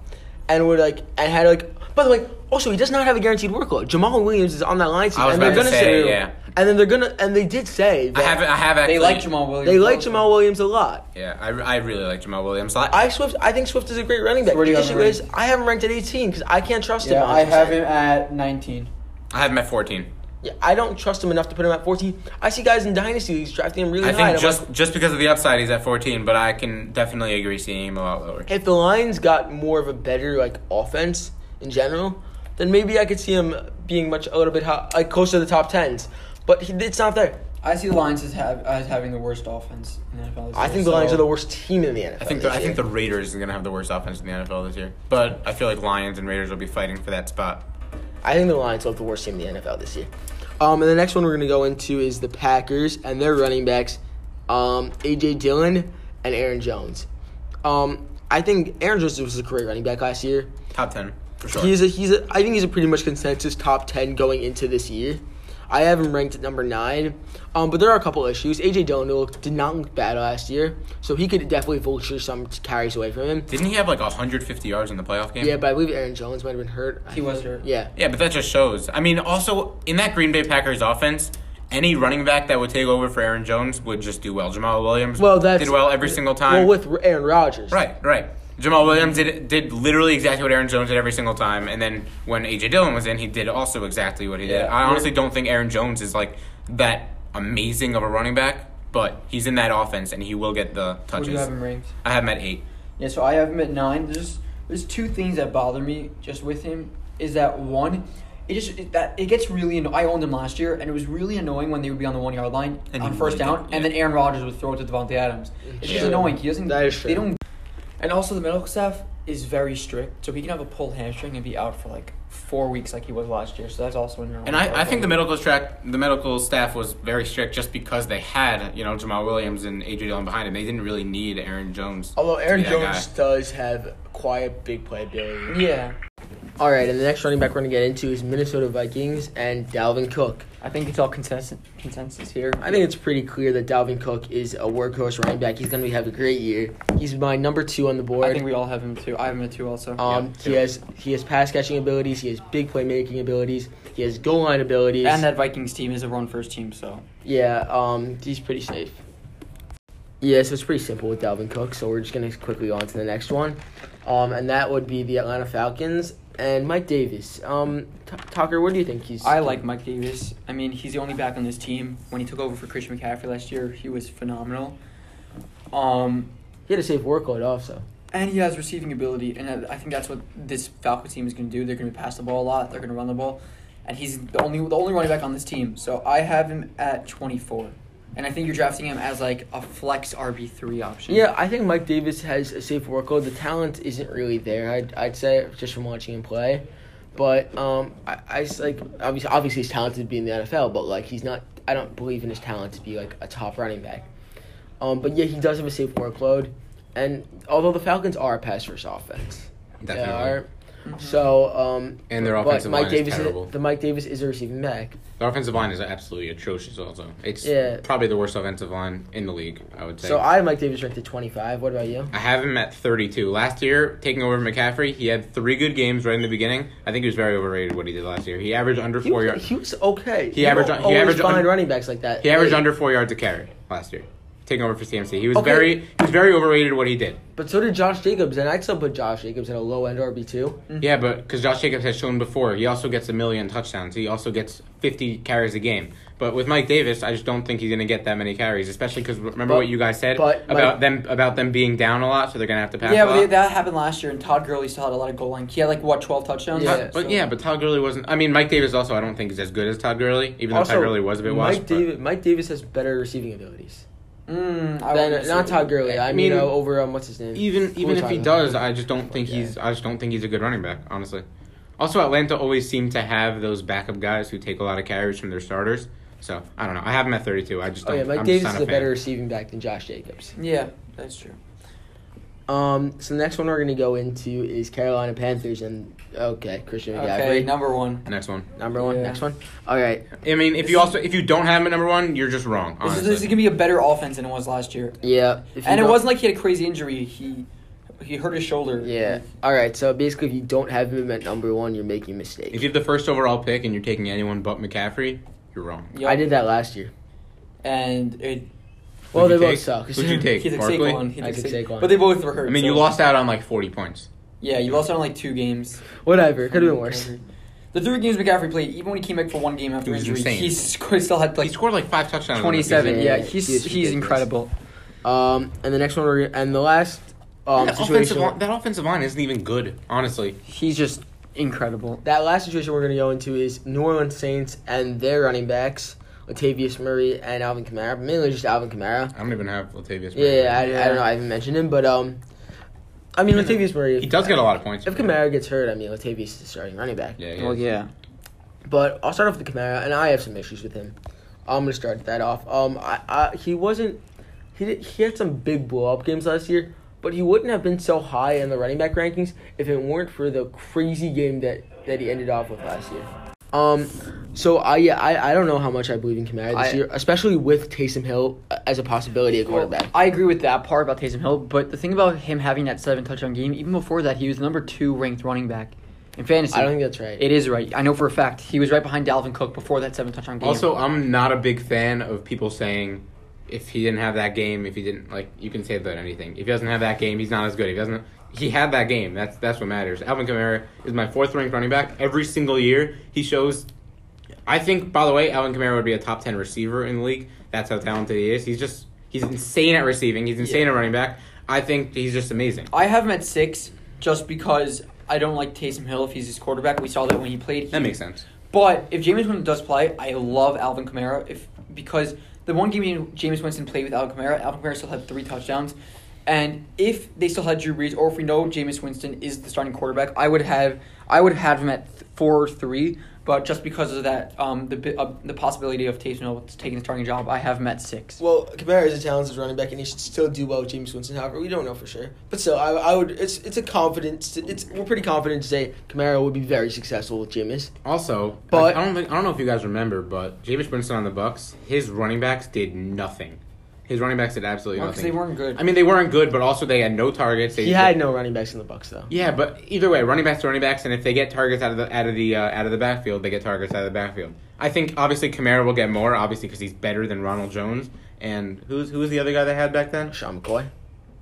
[SPEAKER 2] and would like, and had like, by the way, also he does not have a guaranteed workload. Jamal Williams is on that line,
[SPEAKER 4] I was
[SPEAKER 2] and they're
[SPEAKER 4] about
[SPEAKER 2] gonna
[SPEAKER 4] to
[SPEAKER 2] say,
[SPEAKER 4] say, yeah.
[SPEAKER 2] and then they're gonna, and they did say
[SPEAKER 4] I
[SPEAKER 2] that
[SPEAKER 4] have I have actually.
[SPEAKER 3] they like Jamal Williams.
[SPEAKER 2] they like
[SPEAKER 3] also.
[SPEAKER 2] Jamal Williams a lot.
[SPEAKER 4] Yeah, I, I really like Jamal Williams. I,
[SPEAKER 2] I Swift, I think Swift is a great running back.
[SPEAKER 3] So where do you
[SPEAKER 2] the
[SPEAKER 3] have him
[SPEAKER 2] issue is,
[SPEAKER 3] ranked?
[SPEAKER 2] I have him ranked at 18 because I can't trust him.
[SPEAKER 3] Yeah, I
[SPEAKER 2] 100%.
[SPEAKER 3] have him at 19.
[SPEAKER 4] I have him at 14.
[SPEAKER 2] Yeah, I don't trust him enough to put him at 14. I see guys in dynasty leagues drafting him really
[SPEAKER 4] I
[SPEAKER 2] high. and
[SPEAKER 4] think
[SPEAKER 2] I'm
[SPEAKER 4] just just because of the upside, he's at 14. But I can definitely agree seeing him a lot lower.
[SPEAKER 2] if the Lions got more of a better like offense in general, then maybe I could see him being much a little bit ho- like close to the top tens. But he, it's not there.
[SPEAKER 3] I see the Lions as, have, as having the worst offense in the NFL. this
[SPEAKER 2] I
[SPEAKER 3] year,
[SPEAKER 2] think the Lions
[SPEAKER 3] so-
[SPEAKER 2] are the worst team in the NFL.
[SPEAKER 4] I think the, I think the Raiders are gonna have the worst offense in the NFL this year. But I feel like Lions and Raiders will be fighting for that spot.
[SPEAKER 2] I think the Lions will have the worst team in the NFL this year. Um, and the next one we're gonna go into is the Packers and their running backs, um, AJ Dillon and Aaron Jones. Um, I think Aaron Jones was a great running back last year.
[SPEAKER 4] Top 10 for sure.
[SPEAKER 2] He's a he's a I think he's a pretty much consensus top ten going into this year. I have him ranked at number nine, um, but there are a couple issues. AJ Dillon looked- did not look bad last year, so he could definitely vulture some carries away from him.
[SPEAKER 4] Didn't he have like 150 yards in the playoff game?
[SPEAKER 2] Yeah, but I believe Aaron Jones might have been hurt.
[SPEAKER 3] He was hurt.
[SPEAKER 2] Yeah,
[SPEAKER 4] Yeah, but that just shows. I mean, also in that Green Bay Packers offense, any running back that would take over for Aaron Jones would just do well. Jamal Williams
[SPEAKER 2] Well, that's-
[SPEAKER 4] did well every single
[SPEAKER 2] well
[SPEAKER 4] time.
[SPEAKER 2] with R- Aaron Rodgers.
[SPEAKER 4] right, right. Jamal Williams did did literally exactly what Aaron Jones did every single time, and then when AJ Dillon was in, he did also exactly what he did.
[SPEAKER 3] Yeah.
[SPEAKER 4] I honestly don't think Aaron Jones is like that amazing of a running back, but he's in that offense and he will get the
[SPEAKER 3] Where do you
[SPEAKER 4] touches.
[SPEAKER 3] have him ranked?
[SPEAKER 4] I have him at eight.
[SPEAKER 3] Yeah, so I have him at nine. There's there's two things that bother me just with him. Is that one, it just it, that it gets really. Anno- I owned him last year, and it was really annoying when they would be on the one yard line
[SPEAKER 4] And
[SPEAKER 3] on
[SPEAKER 4] he
[SPEAKER 3] first
[SPEAKER 4] would get-
[SPEAKER 3] down, and then
[SPEAKER 4] yeah.
[SPEAKER 3] Aaron Rodgers would throw it to Devontae Adams. It's just
[SPEAKER 4] Yeah.
[SPEAKER 3] annoying. He doesn't.
[SPEAKER 2] That is
[SPEAKER 3] They
[SPEAKER 2] true.
[SPEAKER 3] don't. And also, the medical staff is very strict, so he can have a pulled hamstring and be out for like four weeks, like he was last year. So that's also annoying.
[SPEAKER 4] And I, I think the medical track, the medical staff was very strict just because they had you know Jamal Williams and AJ Dillon behind him. They didn't really need Aaron Jones.
[SPEAKER 2] Although Oh, Aaron
[SPEAKER 4] Yeah,
[SPEAKER 2] Jones
[SPEAKER 4] guy.
[SPEAKER 2] does have quiet big play ability.
[SPEAKER 3] Yeah,
[SPEAKER 2] All right, and the next running back we're gonna get into is Minnesota Vikings and Dalvin Cook.
[SPEAKER 3] I think it's all consensus consensus here.
[SPEAKER 2] I think it's pretty clear that Dalvin Cook is a workhorse running back. He's going to have a great year. He's my number two on the board.
[SPEAKER 3] I think we all have him too. I have him at two also.
[SPEAKER 2] um,
[SPEAKER 4] Yeah,
[SPEAKER 2] he has he has pass catching abilities. He has big playmaking abilities. He has goal line abilities.
[SPEAKER 3] and that Vikings team is a run first team, so
[SPEAKER 2] yeah, um, he's pretty safe. Yeah, so it's pretty simple with Dalvin Cook. So we're just gonna quickly go on to the next one, um, and that would be the Atlanta Falcons and Mike Davis. Um, T- Tucker, where do you think he's?
[SPEAKER 3] I like Mike Davis. I mean, he's the only back on this team. When he took over for Christian McCaffrey last year, he was phenomenal. Um,
[SPEAKER 2] He had a safe workload also.
[SPEAKER 3] and he has receiving ability, and I I think that's what this Falcons team is going to do. They're going to pass the ball a lot. They're going to run the ball, and he's the only the only running back on this team. So I have him at twenty four. and I think you're drafting him as like a flex RB three option.
[SPEAKER 2] Yeah, I think Mike Davis has a safe workload. The talent isn't really there. I'd I'd say just from watching him play, but um, I, I just, like obviously obviously he's talented to be in the NFL, but like he's not. I don't believe in his talent to be like a top running back. Um, but yeah, he does have a safe workload, and although the Falcons are a pass first offense,
[SPEAKER 4] Definitely.
[SPEAKER 2] they are.
[SPEAKER 3] Mm-hmm.
[SPEAKER 2] So um,
[SPEAKER 4] And their
[SPEAKER 2] but
[SPEAKER 4] offensive
[SPEAKER 2] Mike
[SPEAKER 4] line is
[SPEAKER 2] Davis
[SPEAKER 4] terrible.
[SPEAKER 2] the Mike Davis is a receiving back.
[SPEAKER 4] The offensive line is absolutely atrocious. Also, it's
[SPEAKER 2] Yeah.
[SPEAKER 4] probably the worst offensive line in the league. I would say.
[SPEAKER 2] So I have Mike Davis ranked at twenty five. What about you?
[SPEAKER 4] I have him at 32. Last year, taking over McCaffrey, he had three good games right in the beginning. I think he was very overrated what he did last year. He averaged under
[SPEAKER 2] He
[SPEAKER 4] four
[SPEAKER 2] was,
[SPEAKER 4] yards.
[SPEAKER 2] he was okay.
[SPEAKER 4] He averaged- he
[SPEAKER 2] will always
[SPEAKER 4] averaged
[SPEAKER 2] find
[SPEAKER 4] under-
[SPEAKER 2] running backs like that.
[SPEAKER 4] He averaged
[SPEAKER 2] Hey,
[SPEAKER 4] under four yards a carry last year, taking over for CMC. He was
[SPEAKER 2] Okay.
[SPEAKER 4] very he was very overrated what he did.
[SPEAKER 2] But so did Josh Jacobs, and I'd still put Josh Jacobs at a low end RB two.
[SPEAKER 4] Yeah, but because Josh Jacobs has shown before, he also gets a million touchdowns. He also gets 50 carries a game. But with Mike Davis, I just don't think he's going to get that many carries, especially because remember
[SPEAKER 2] But-
[SPEAKER 4] what you guys said
[SPEAKER 2] but Mike-
[SPEAKER 4] about them about them being down a lot, so they're going to have to pass.
[SPEAKER 3] Yeah,
[SPEAKER 4] a
[SPEAKER 3] but
[SPEAKER 4] lot.
[SPEAKER 3] they- that happened last year, and Todd Gurley still had a lot of goal line. He had like what twelve touchdowns.
[SPEAKER 2] Yeah,
[SPEAKER 4] Todd- but
[SPEAKER 3] so-
[SPEAKER 4] yeah, but Todd Gurley wasn't. I mean, Mike Davis also. I don't think is as good as Todd Gurley, even though Todd Gurley was a bit washed.
[SPEAKER 2] Mike
[SPEAKER 4] but-
[SPEAKER 2] Davis, Mike Davis has better receiving abilities
[SPEAKER 3] Mm, I
[SPEAKER 2] than
[SPEAKER 3] wouldn't
[SPEAKER 2] not
[SPEAKER 3] disagree.
[SPEAKER 2] Todd Gurley. I mean,
[SPEAKER 4] Mean-
[SPEAKER 2] uh, over um, what's his name?
[SPEAKER 4] even even if he
[SPEAKER 2] Tyler.
[SPEAKER 4] does, I just don't think
[SPEAKER 2] Yeah.
[SPEAKER 4] he's. I just don't think he's a good running back, honestly. Also, Atlanta always seem to have those backup guys who take a lot of carries from their starters. So I don't know. I have him at thirty-two. I
[SPEAKER 2] Oh
[SPEAKER 4] just don't.
[SPEAKER 2] yeah, Mike
[SPEAKER 4] I'm just
[SPEAKER 2] Davis
[SPEAKER 4] not
[SPEAKER 2] is
[SPEAKER 4] a
[SPEAKER 2] a
[SPEAKER 4] fan.
[SPEAKER 2] better receiving back than Josh Jacobs.
[SPEAKER 3] Yeah, that's true.
[SPEAKER 2] Um, so the next one we're gonna go into is Carolina Panthers, and okay, Christian McCaffrey,
[SPEAKER 3] Okay, number one.
[SPEAKER 4] Next one.
[SPEAKER 2] number one.
[SPEAKER 3] Yeah.
[SPEAKER 2] Next one. All right,
[SPEAKER 4] I mean, if
[SPEAKER 3] This
[SPEAKER 4] you
[SPEAKER 3] is-
[SPEAKER 4] also if you don't have him at number one, you're just wrong.
[SPEAKER 3] This is,
[SPEAKER 4] Honestly.
[SPEAKER 3] this is gonna be a better offense than it was last year,
[SPEAKER 2] yeah, if you
[SPEAKER 3] and it
[SPEAKER 2] don't-
[SPEAKER 3] wasn't like he had a crazy injury. He he hurt his shoulder.
[SPEAKER 2] Yeah. All right. So basically, if you don't have him at number one, you're making a mistake.
[SPEAKER 4] if you have the first overall pick and you're taking anyone but McCaffrey, you're wrong.
[SPEAKER 3] Yup.
[SPEAKER 2] I did that last year.
[SPEAKER 3] and it,
[SPEAKER 2] Well,
[SPEAKER 4] Who'd you
[SPEAKER 2] they
[SPEAKER 4] take?
[SPEAKER 2] both suck.
[SPEAKER 4] Who'd you
[SPEAKER 3] he
[SPEAKER 4] take?
[SPEAKER 3] took
[SPEAKER 4] Barkley.
[SPEAKER 3] Saquon. He
[SPEAKER 2] I took Saquon.
[SPEAKER 3] But they both were hurt.
[SPEAKER 4] I mean, you
[SPEAKER 3] so-
[SPEAKER 4] lost out on like forty points.
[SPEAKER 3] Yeah, you lost on like two games.
[SPEAKER 2] Whatever. Could have been worse.
[SPEAKER 3] The three games McCaffrey played, even when he came back for one game after
[SPEAKER 4] He was
[SPEAKER 3] injury,
[SPEAKER 4] insane.
[SPEAKER 3] he sc- still had
[SPEAKER 4] he
[SPEAKER 3] like
[SPEAKER 4] scored like five touchdowns. in the
[SPEAKER 3] twenty-seven.
[SPEAKER 4] season.
[SPEAKER 3] Yeah,
[SPEAKER 2] Yeah,
[SPEAKER 3] he's
[SPEAKER 2] he was ridiculous.
[SPEAKER 3] he's incredible.
[SPEAKER 2] Um, and the next one we're and the last um
[SPEAKER 4] that, offensive
[SPEAKER 2] situation
[SPEAKER 4] line, that offensive line isn't even good, honestly.
[SPEAKER 3] He's just incredible.
[SPEAKER 2] that last situation we're gonna go into is New Orleans Saints and their running backs Latavius Murray and Alvin Kamara, mainly just Alvin Kamara.
[SPEAKER 4] I don't even have Latavius. Murray.
[SPEAKER 2] Yeah, yeah, I, I don't know. I haven't mentioned him, but um, I mean Latavius Murray.
[SPEAKER 4] he does get a lot of points.
[SPEAKER 2] If Kamara gets hurt, I mean Latavius is the starting running back.
[SPEAKER 4] Yeah, yeah.
[SPEAKER 3] Well, yeah.
[SPEAKER 2] But I'll start off with Kamara, and I have some issues with him. I'm gonna start that off. Um, I, I he wasn't, he did, he had some big blow up games last year, but he wouldn't have been so high in the running back rankings if it weren't for the crazy game that that he ended off with last year. Um, so I yeah I, I don't know how much I believe in Kamara this
[SPEAKER 3] I-
[SPEAKER 2] year, especially with Taysom Hill uh, as a possibility at quarterback.
[SPEAKER 3] I agree with that part about Taysom Hill, but the thing about him having that seven touchdown game, even before that, he was the number two ranked running back in fantasy.
[SPEAKER 2] I don't think that's right.
[SPEAKER 3] it is right. I know for a fact he was right behind Dalvin Cook before that seven touchdown game.
[SPEAKER 4] Also, I'm not a big fan of people saying if he didn't have that game, if he didn't like, you can say that anything. If he doesn't have that game, he's not as good. If he doesn't, he had that game. That's that's what matters. Alvin Kamara is my fourth ranked running back every single year. He shows. I think, by the way, Alvin Kamara would be a top ten receiver in the league. That's how talented he is. He's just he's insane at receiving. He's insane at running back. I think he's just amazing.
[SPEAKER 3] I have him at six just because I don't like Taysom Hill if he's his quarterback. We saw that when he played. He
[SPEAKER 4] That makes sense.
[SPEAKER 3] But if Jameis Winston does play, I love Alvin Kamara if because the one game Jameis Winston played with Alvin Kamara, Alvin Kamara still had three touchdowns. And if they still had Drew Brees, or if we know Jameis Winston is the starting quarterback, I would have I would have him at th- four or three. But just because of that, um, the bi- uh, the possibility of Taysom Hill taking the starting job, I have him at six.
[SPEAKER 2] Well, Kamara is a talented running back, and he should still do well with James Winston. However, we don't know for sure, but still, I, I would. It's it's a confidence. It's we're pretty confident to say Kamara would be very successful with Jameis.
[SPEAKER 4] Also,
[SPEAKER 2] But-
[SPEAKER 4] but I don't think, I don't know if you guys remember, but Jameis Winston on the Bucks, his running backs did nothing. His running backs did absolutely
[SPEAKER 3] Because
[SPEAKER 4] nothing.
[SPEAKER 3] they weren't good.
[SPEAKER 4] I mean, they weren't good, but also they had no targets. They
[SPEAKER 2] He had no running backs in the Bucks though.
[SPEAKER 4] Yeah, but either way, running backs to running backs, and if they get targets out of the out of the uh, out of the backfield, they get targets out of the backfield. I think obviously Kamara will get more, obviously because he's better than Ronald Jones. And who's who was the other guy they had back then?
[SPEAKER 2] Sean McCoy.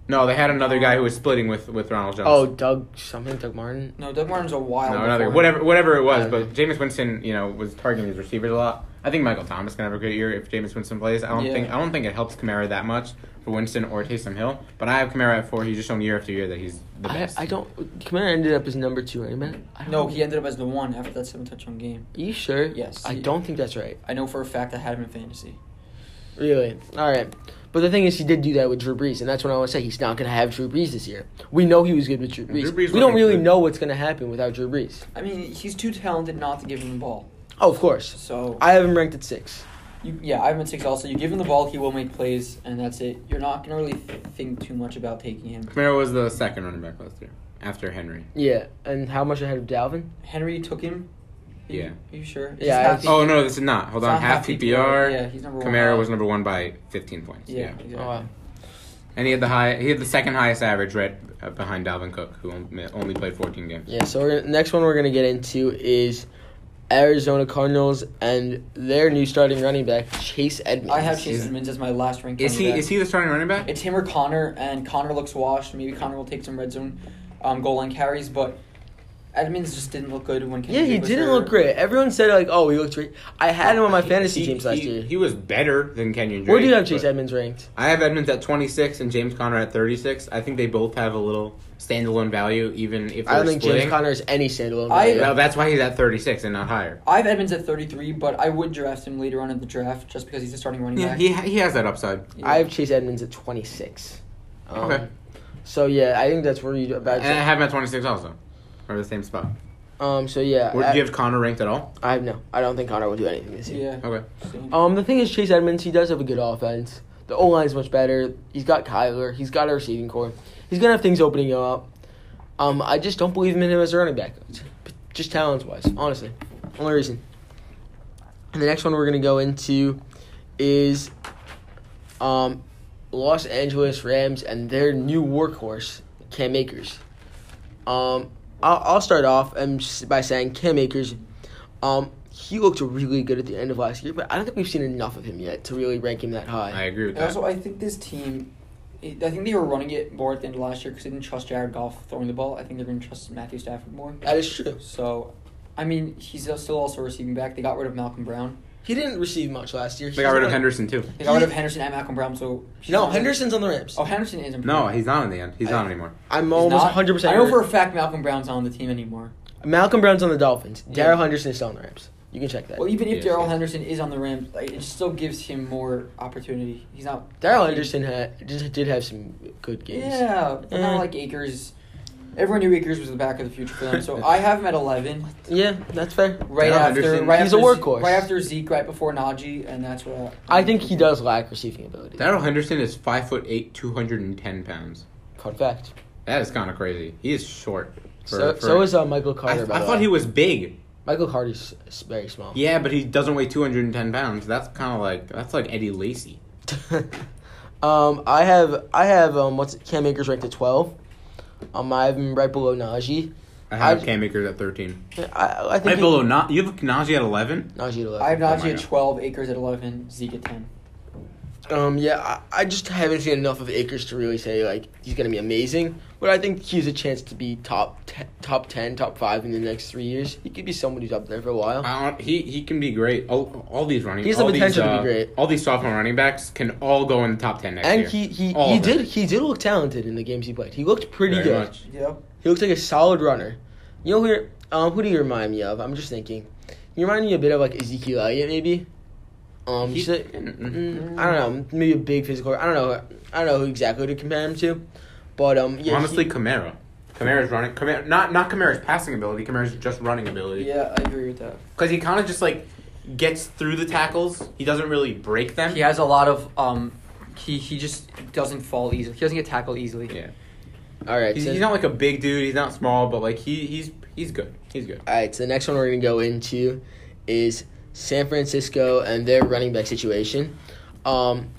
[SPEAKER 4] No, they had another guy who was splitting with with Ronald Jones.
[SPEAKER 2] Oh, Doug something. Doug Martin.
[SPEAKER 3] no, Doug Martin's a wild.
[SPEAKER 4] No, another whatever whatever it was, but Jameis Winston, you know, was targeting his receivers a lot. I think Michael Thomas can have a good year if Jameis Winston plays. I don't
[SPEAKER 3] Yeah.
[SPEAKER 4] think I don't think it helps Kamara that much for Winston or Taysom Hill. But I have Kamara at four. He's just shown year after year that he's the
[SPEAKER 2] I,
[SPEAKER 4] best.
[SPEAKER 2] I don't. Kamara ended up as number two running back. I don't
[SPEAKER 3] No, he ended up as the one after that seven touchdown game.
[SPEAKER 2] Are you sure?
[SPEAKER 3] Yes.
[SPEAKER 2] I don't think that's right.
[SPEAKER 3] I know for a fact I had him in fantasy.
[SPEAKER 2] Really? All right. But the thing is, he did do that with Drew Brees, and that's what I want to say. He's not going to have Drew Brees this year. We know he was good with Drew Brees.
[SPEAKER 4] Drew Brees
[SPEAKER 2] we don't
[SPEAKER 4] wasn't
[SPEAKER 2] really
[SPEAKER 4] good.
[SPEAKER 2] know what's going to happen without Drew Brees.
[SPEAKER 3] I mean, he's too talented not to give him the ball.
[SPEAKER 2] Oh, of course.
[SPEAKER 3] So
[SPEAKER 2] I have him ranked at six.
[SPEAKER 3] You, yeah, Ivan Six also. You give him the ball, he will make plays, and that's it. You're not going to really th- think too much about taking him.
[SPEAKER 4] Kamara was the second running back last year after Henry.
[SPEAKER 2] Yeah, and how much ahead of Dalvin?
[SPEAKER 3] Henry took him. Are you-
[SPEAKER 4] Yeah.
[SPEAKER 3] Are you sure? It's
[SPEAKER 2] Yeah,
[SPEAKER 3] half
[SPEAKER 2] it's-
[SPEAKER 3] the-
[SPEAKER 4] Oh no, this is not. Hold
[SPEAKER 3] it's
[SPEAKER 4] on,
[SPEAKER 3] not
[SPEAKER 4] half PPR.
[SPEAKER 3] Yeah, he's number one.
[SPEAKER 4] Kamara was number one by 15 points.
[SPEAKER 3] Yeah.
[SPEAKER 4] Yeah.
[SPEAKER 3] exactly.
[SPEAKER 2] Oh, wow.
[SPEAKER 4] and he had the high. He had the second highest average, right uh, behind Dalvin Cook, who on- only played 14 games.
[SPEAKER 2] Yeah, so we're gonna, next one we're going to get into is Arizona Cardinals and their new starting running back, Chase Edmonds.
[SPEAKER 3] I have Chase
[SPEAKER 4] Is-
[SPEAKER 3] Edmonds as my last ranked.
[SPEAKER 4] Is he?
[SPEAKER 3] running back.
[SPEAKER 4] Is he the starting running back?
[SPEAKER 3] It's him or Connor, and Connor looks washed. Maybe Connor will take some red zone um, goal line carries, but Edmonds just didn't look good when.
[SPEAKER 2] Yeah,
[SPEAKER 3] Kennedy
[SPEAKER 2] he
[SPEAKER 3] was
[SPEAKER 2] didn't
[SPEAKER 3] there.
[SPEAKER 2] look great. Everyone said, like, oh, he looked great. I had him on my fantasy
[SPEAKER 4] He-
[SPEAKER 2] teams last
[SPEAKER 4] he-
[SPEAKER 2] year.
[SPEAKER 4] He was better than Kenyon Drake.
[SPEAKER 2] Where do you have Chase
[SPEAKER 4] but-
[SPEAKER 2] Edmonds ranked?
[SPEAKER 4] I have Edmonds at 26 and James Conner at 36. I think they both have a little standalone value, even if they're
[SPEAKER 2] I don't think
[SPEAKER 4] splitting.
[SPEAKER 2] James Conner is any standalone.
[SPEAKER 3] I-
[SPEAKER 2] player.
[SPEAKER 4] Well, that's why he's at 36 and not higher.
[SPEAKER 3] I have Edmonds at 33, but I would draft him later on in the draft just because he's a starting running
[SPEAKER 4] Yeah,
[SPEAKER 3] back.
[SPEAKER 4] he, he has that upside.
[SPEAKER 3] Yeah.
[SPEAKER 2] I have Chase Edmonds at 26. Um,
[SPEAKER 4] Okay.
[SPEAKER 2] So yeah, I think that's where you about.
[SPEAKER 4] And I have him at 26 also, or the same spot.
[SPEAKER 2] Um. So yeah,
[SPEAKER 4] Would
[SPEAKER 2] I,
[SPEAKER 4] you have Connor ranked at all?
[SPEAKER 2] I have no. I don't think Connor will do anything this year.
[SPEAKER 3] Yeah.
[SPEAKER 4] Okay.
[SPEAKER 3] same.
[SPEAKER 2] Um. The thing is, Chase Edmonds. He does have a good offense. The O line is much better. He's got Kyler. He's got a receiving core. He's gonna have things opening up. Um. I just don't believe in him as a running back. Just talents wise, honestly, only reason. And the next one we're gonna go into is, um, Los Angeles Rams and their new workhorse, Cam Akers. Um, I'll, I'll start off um, s- by saying Cam Akers. Um, he looked really good at the end of last year, but I don't think we've seen enough of him yet to really rank him that
[SPEAKER 4] I
[SPEAKER 2] high.
[SPEAKER 4] agree with
[SPEAKER 3] And
[SPEAKER 4] that.
[SPEAKER 3] also, I think this team, I think they were running it more at the end of last year because they didn't trust Jared Goff throwing the ball. I think they're going to trust Matthew Stafford more.
[SPEAKER 2] That is true.
[SPEAKER 3] So, I mean, he's still also receiving back. They got rid of Malcolm Brown.
[SPEAKER 2] He didn't receive much last year.
[SPEAKER 4] They got rid of
[SPEAKER 2] He's-
[SPEAKER 4] Henderson too.
[SPEAKER 3] They got rid of Henderson and Malcolm Brown. So
[SPEAKER 2] No, Henderson's on the Rams.
[SPEAKER 3] Oh, Henderson isn't.
[SPEAKER 4] No, he's not in the end. He's
[SPEAKER 2] I-
[SPEAKER 4] not anymore.
[SPEAKER 2] I'm
[SPEAKER 3] He's
[SPEAKER 2] almost
[SPEAKER 3] not.
[SPEAKER 2] 100
[SPEAKER 3] I
[SPEAKER 2] percent.
[SPEAKER 3] know for a fact Malcolm Brown's not on the team anymore.
[SPEAKER 2] Malcolm Brown's on the Dolphins. Daryl
[SPEAKER 3] Yeah.
[SPEAKER 2] Henderson is still on the Rams. You can check that.
[SPEAKER 3] Well, even if
[SPEAKER 4] Yeah.
[SPEAKER 3] Daryl Henderson is on the Rams, like, it still gives him more opportunity. He's not.
[SPEAKER 2] Daryl Henderson had, did, did have some good games.
[SPEAKER 3] Yeah, but
[SPEAKER 2] Eh.
[SPEAKER 3] not like Akers. Everyone knew Akers was the back of the future for them, so I have him at eleven.
[SPEAKER 2] Yeah, that's fair.
[SPEAKER 3] Right
[SPEAKER 4] Daryl
[SPEAKER 3] after,
[SPEAKER 4] Henderson-
[SPEAKER 3] right
[SPEAKER 2] He's
[SPEAKER 3] after
[SPEAKER 2] a
[SPEAKER 3] Ze-
[SPEAKER 2] workhorse.
[SPEAKER 3] Right after Zeke, right before Najee, and that's what
[SPEAKER 2] I think he does lack receiving ability.
[SPEAKER 4] Daryl Henderson is five foot eight, two hundred and ten pounds.
[SPEAKER 2] Fun fact.
[SPEAKER 4] That is kind of crazy. He is short. for-
[SPEAKER 2] so,
[SPEAKER 4] for-
[SPEAKER 2] so is uh, Michael
[SPEAKER 4] I,
[SPEAKER 2] Carter.
[SPEAKER 4] I
[SPEAKER 2] by the
[SPEAKER 4] thought
[SPEAKER 2] way.
[SPEAKER 4] he was big.
[SPEAKER 2] Michael Carter's s- very small.
[SPEAKER 4] Yeah, but he doesn't weigh 210 pounds. That's kind of like that's like Eddie Lacy.
[SPEAKER 2] um, I have I have um what's Cam Akers ranked at twelve. Um, I have him right below Najee.
[SPEAKER 4] I
[SPEAKER 2] have
[SPEAKER 4] have
[SPEAKER 2] I-
[SPEAKER 4] Cam Akers at 13.
[SPEAKER 2] I I think
[SPEAKER 4] Right
[SPEAKER 2] he-
[SPEAKER 4] below, not you have Najee at 11.
[SPEAKER 2] Najee at
[SPEAKER 3] I
[SPEAKER 2] eleven.
[SPEAKER 3] have Najee
[SPEAKER 4] my
[SPEAKER 3] at
[SPEAKER 4] God.
[SPEAKER 3] twelve, Akers at eleven, Zeke at ten.
[SPEAKER 2] Um, yeah, I, I just haven't seen enough of Akers to really say like he's gonna be amazing. But I think he's a chance to be top te- top ten, top five in the next three years. He could be someone who's up there for a while.
[SPEAKER 4] I don't- he he can be great. All, all these running,
[SPEAKER 2] He has the
[SPEAKER 4] all
[SPEAKER 2] potential to
[SPEAKER 4] these,
[SPEAKER 2] be
[SPEAKER 4] uh,
[SPEAKER 2] great.
[SPEAKER 4] All these sophomore running backs can all go in the top 10 next
[SPEAKER 2] and
[SPEAKER 4] year.
[SPEAKER 2] he he,
[SPEAKER 4] All
[SPEAKER 2] he
[SPEAKER 4] of them.
[SPEAKER 2] did he did look talented in the games he played. He looked pretty
[SPEAKER 4] Very
[SPEAKER 2] good.
[SPEAKER 4] much.
[SPEAKER 3] Yep.
[SPEAKER 2] He looks like a solid runner. You know who? Um, who do you remind me of? I'm just thinking. You remind me a bit of like Ezekiel Elliott, maybe. Um,
[SPEAKER 4] He-
[SPEAKER 2] just a-
[SPEAKER 4] mm-hmm.
[SPEAKER 2] mm, I don't know. Maybe a big physical. I don't know. I don't know who exactly to compare him to, but um, yeah,
[SPEAKER 4] Honestly,
[SPEAKER 2] he-
[SPEAKER 4] Kamara. Kamara's running. Kamara, not not Kamara's passing ability. Kamara's just running ability.
[SPEAKER 3] Yeah, I agree with that.
[SPEAKER 4] Because he kind of just like gets through the tackles. He doesn't really break them.
[SPEAKER 3] He has a lot of um, he he just doesn't fall easily. He doesn't get tackled easily.
[SPEAKER 4] Yeah.
[SPEAKER 2] all right.
[SPEAKER 4] He's,
[SPEAKER 2] so,
[SPEAKER 4] he's not like a big dude. He's not small, but like he he's he's good. He's good.
[SPEAKER 2] all right. So the next one we're gonna go into is San Francisco and their running back situation. Um,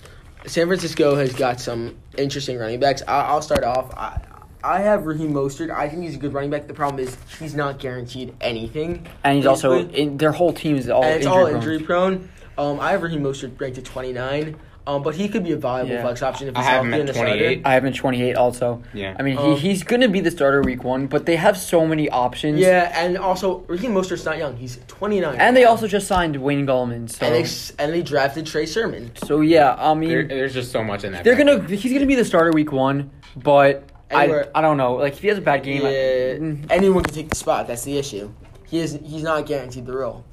[SPEAKER 2] San Francisco has got some interesting running backs. I- I'll start off. I I have Raheem Mostert. I think he's a good running back. The problem is he's not guaranteed anything.
[SPEAKER 3] And he's also
[SPEAKER 2] Basically.
[SPEAKER 3] in, their whole team is all
[SPEAKER 2] and it's
[SPEAKER 3] injury
[SPEAKER 2] all
[SPEAKER 3] prone.
[SPEAKER 2] injury prone. Um, I have Raheem Mostert ranked at 29, um, but he could be a viable
[SPEAKER 3] Yeah.
[SPEAKER 2] flex option if
[SPEAKER 4] I
[SPEAKER 2] he's
[SPEAKER 4] have him
[SPEAKER 2] healthy and
[SPEAKER 4] at
[SPEAKER 2] a
[SPEAKER 4] 28.
[SPEAKER 2] starter.
[SPEAKER 3] I have him at 28 also.
[SPEAKER 4] Yeah.
[SPEAKER 3] I mean,
[SPEAKER 2] Um,
[SPEAKER 3] he, he's going to be the starter week one, but they have so many options.
[SPEAKER 2] Yeah, and also Raheem Mostert's not young; he's 29.
[SPEAKER 3] And they also just signed Wayne Gallman, so
[SPEAKER 2] and they, s- and they drafted Trey Sermon.
[SPEAKER 3] so yeah, I mean,
[SPEAKER 4] There,
[SPEAKER 3] they're,
[SPEAKER 4] there's just so much in that.
[SPEAKER 3] gonna he's gonna be the starter week one, but
[SPEAKER 2] And we're-
[SPEAKER 3] I I don't know. Like if he has a bad game, I-
[SPEAKER 2] Yeah,
[SPEAKER 3] mm,
[SPEAKER 2] anyone can take the spot. That's the issue. He is he's not guaranteed the role.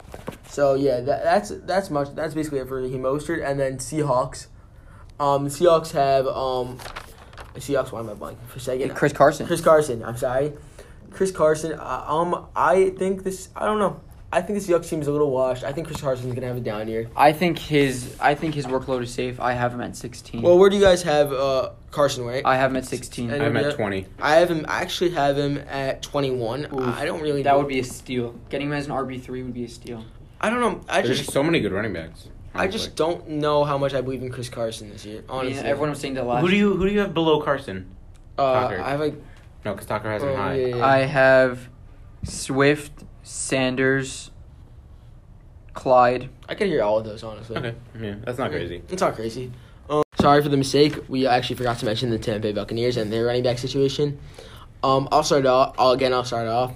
[SPEAKER 2] So yeah, that, that's that's much that's basically it for Raheem Mostert and then Seahawks. Um, Seahawks have um, Seahawks. Why am I blanking for a second?
[SPEAKER 3] Chris Carson.
[SPEAKER 2] Chris Carson. I'm sorry, Chris Carson. Uh, um, I think this. I don't know. I think the Seahawks team is a little washed. I think Chris Carson's gonna have a down year.
[SPEAKER 3] I think his I think his workload is safe. I have him at sixteen.
[SPEAKER 2] Well, where do you guys have uh Carson? Right.
[SPEAKER 3] I have him at sixteen.
[SPEAKER 2] And-
[SPEAKER 4] I'm
[SPEAKER 2] Yeah.
[SPEAKER 4] at 20.
[SPEAKER 2] I have him. I actually have him at 21. I don't really.
[SPEAKER 3] that
[SPEAKER 2] know-
[SPEAKER 3] would be a steal. Getting him as an RB three would be a steal.
[SPEAKER 2] I don't know. I
[SPEAKER 4] There's
[SPEAKER 2] just.
[SPEAKER 4] just so many good running backs.
[SPEAKER 2] I just don't know how much I believe in Chris Carson this year.
[SPEAKER 3] I mean,
[SPEAKER 2] Honestly,
[SPEAKER 3] everyone was saying that last.
[SPEAKER 4] Who do you who do you have below Carson?
[SPEAKER 2] Uh,
[SPEAKER 4] Tucker.
[SPEAKER 2] I have like.
[SPEAKER 4] No, because Tucker has him
[SPEAKER 2] oh,
[SPEAKER 4] high.
[SPEAKER 2] yeah, yeah.
[SPEAKER 3] I have Swift, Sanders, Clyde.
[SPEAKER 2] I could hear all of those honestly.
[SPEAKER 4] Okay, yeah, that's not crazy.
[SPEAKER 2] It's not crazy. Um, sorry for the mistake. We actually forgot to mention the Tampa Bay Buccaneers and their running back situation. Um, I'll start off. I'll, again, I'll start off.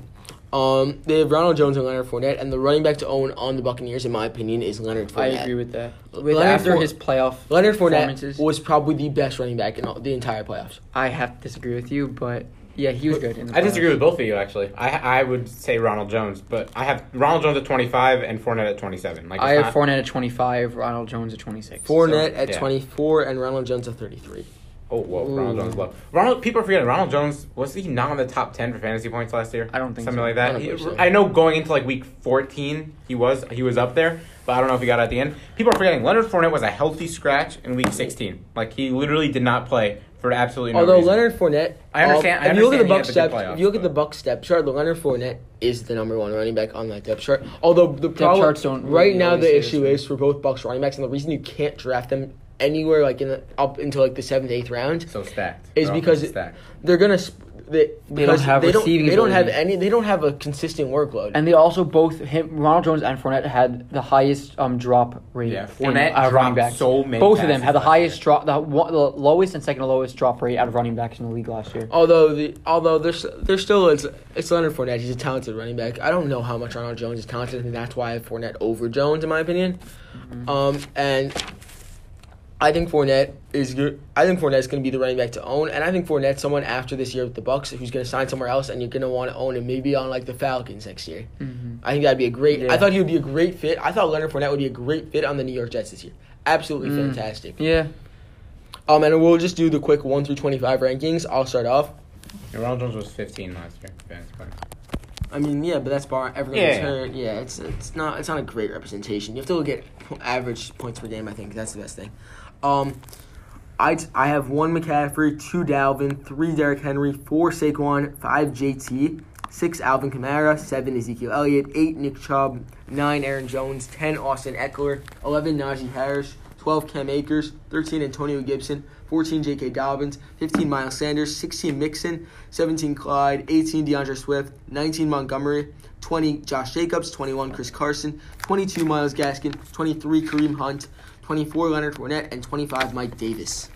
[SPEAKER 2] Um, they have Ronald Jones and Leonard Fournette, and the running back to own on the Buccaneers, in my opinion, is Leonard Fournette.
[SPEAKER 3] I agree with that.
[SPEAKER 2] Leonard
[SPEAKER 3] After
[SPEAKER 2] Four-
[SPEAKER 3] his playoff
[SPEAKER 2] Leonard Fournette
[SPEAKER 3] performances,
[SPEAKER 2] was probably the best running back in all, the entire playoffs.
[SPEAKER 3] I have to disagree with you, but yeah, he was good. In the
[SPEAKER 4] I disagree
[SPEAKER 3] playoffs.
[SPEAKER 4] with both of you actually. I I would say Ronald Jones, but I have Ronald Jones at 25 and Fournette at 27. Like it's
[SPEAKER 3] I have
[SPEAKER 4] not-
[SPEAKER 3] Fournette at twenty five, Ronald Jones at twenty six.
[SPEAKER 2] Fournette
[SPEAKER 4] So,
[SPEAKER 2] at
[SPEAKER 4] yeah.
[SPEAKER 2] 24 and Ronald Jones at 33.
[SPEAKER 4] Oh whoa, Ronald
[SPEAKER 2] Ooh.
[SPEAKER 4] Jones low. Ronald people are forgetting Ronald Jones was he not in the top ten for fantasy points last year?
[SPEAKER 3] I don't think
[SPEAKER 4] something
[SPEAKER 3] so.
[SPEAKER 4] like
[SPEAKER 2] I
[SPEAKER 4] that.
[SPEAKER 2] don't
[SPEAKER 4] He- I,
[SPEAKER 2] think so.
[SPEAKER 4] know going into like week fourteen he was he was up there, but I don't know if he got it at the end. People are forgetting Leonard Fournette was a healthy scratch in week sixteen. Like he literally did not play for absolutely no
[SPEAKER 2] Although
[SPEAKER 4] reason.
[SPEAKER 2] Leonard Fournette,
[SPEAKER 4] I understand-
[SPEAKER 2] um,
[SPEAKER 4] I
[SPEAKER 2] if you look at the
[SPEAKER 4] understand he
[SPEAKER 2] Buck
[SPEAKER 4] had the good
[SPEAKER 2] step,
[SPEAKER 4] playoffs,
[SPEAKER 2] if you look at
[SPEAKER 4] but-
[SPEAKER 2] the Buck step chart, Leonard Fournette is the number one running back on that depth chart. Although the problem
[SPEAKER 3] charts don't
[SPEAKER 2] right
[SPEAKER 3] really
[SPEAKER 2] now,
[SPEAKER 3] always
[SPEAKER 2] the
[SPEAKER 3] say this,
[SPEAKER 2] issue
[SPEAKER 3] right?
[SPEAKER 2] is for both Bucks running backs, and the reason you can't draft them anywhere like in the, up until like the seventh, eighth round
[SPEAKER 4] so stacked
[SPEAKER 2] is
[SPEAKER 4] Their
[SPEAKER 2] because
[SPEAKER 4] offense is stacked.
[SPEAKER 2] they're gonna sp- they, because
[SPEAKER 3] don't have
[SPEAKER 2] they don't,
[SPEAKER 3] receiving
[SPEAKER 2] they don't have
[SPEAKER 3] ability.
[SPEAKER 2] any they don't have a consistent workload.
[SPEAKER 3] And they also both him, Ronald Jones and Fournette had the highest um drop rate.
[SPEAKER 4] Yeah,
[SPEAKER 3] in,
[SPEAKER 4] Fournette
[SPEAKER 3] out of running
[SPEAKER 4] dropped
[SPEAKER 3] backs.
[SPEAKER 4] so many
[SPEAKER 3] Both of them had
[SPEAKER 4] passes
[SPEAKER 3] the
[SPEAKER 4] last
[SPEAKER 3] highest drop, the, one, the lowest and second lowest drop rate out of running backs in the league last year.
[SPEAKER 2] although the although there's there's still it's, it's Leonard Fournette. He's a talented running back. I don't know how much Ronald Jones is talented, and that's why I have Fournette over Jones in my opinion.
[SPEAKER 3] Mm-hmm.
[SPEAKER 2] Um, and I think Fournette is good. I think Fournette is going to be the running back to own, and I think Fournette's someone after this year with the Bucks who's going to sign somewhere else, and you're going to want to own him maybe on like the Falcons next year. I think that'd be a great. I
[SPEAKER 3] Mm-hmm. Yeah.
[SPEAKER 2] thought he would be a great fit. I thought Leonard Fournette would be a great fit on the New York Jets this year. Absolutely
[SPEAKER 3] Mm.
[SPEAKER 2] fantastic.
[SPEAKER 3] Yeah,
[SPEAKER 2] Um, and we'll just do the quick one through twenty five rankings. I'll start off.
[SPEAKER 4] Yeah, Ronald Jones was fifteen last year. for fantasy points.
[SPEAKER 2] I mean, yeah, but that's bar everyone
[SPEAKER 4] Yeah.
[SPEAKER 2] gets hurt. Yeah, it's it's not it's not a great representation. You have to look at po- average points per game. I think that's the best thing. Um, I I have one McCaffrey, two Dalvin, three Derrick Henry, four Saquon, five JT, six Alvin Kamara, seven Ezekiel Elliott, eight Nick Chubb, nine Aaron Jones, ten Austin Eckler, eleven Najee Harris, twelve Cam Akers, thirteen Antonio Gibson, fourteen J.K. Dobbins, fifteen Miles Sanders, sixteen Mixon, seventeen Clyde, eighteen DeAndre Swift, nineteen Montgomery. 20 Josh Jacobs, 21 Chris Carson, 22 Miles Gaskin, 23 Kareem Hunt, 24 Leonard Fournette, and 25 Mike Davis.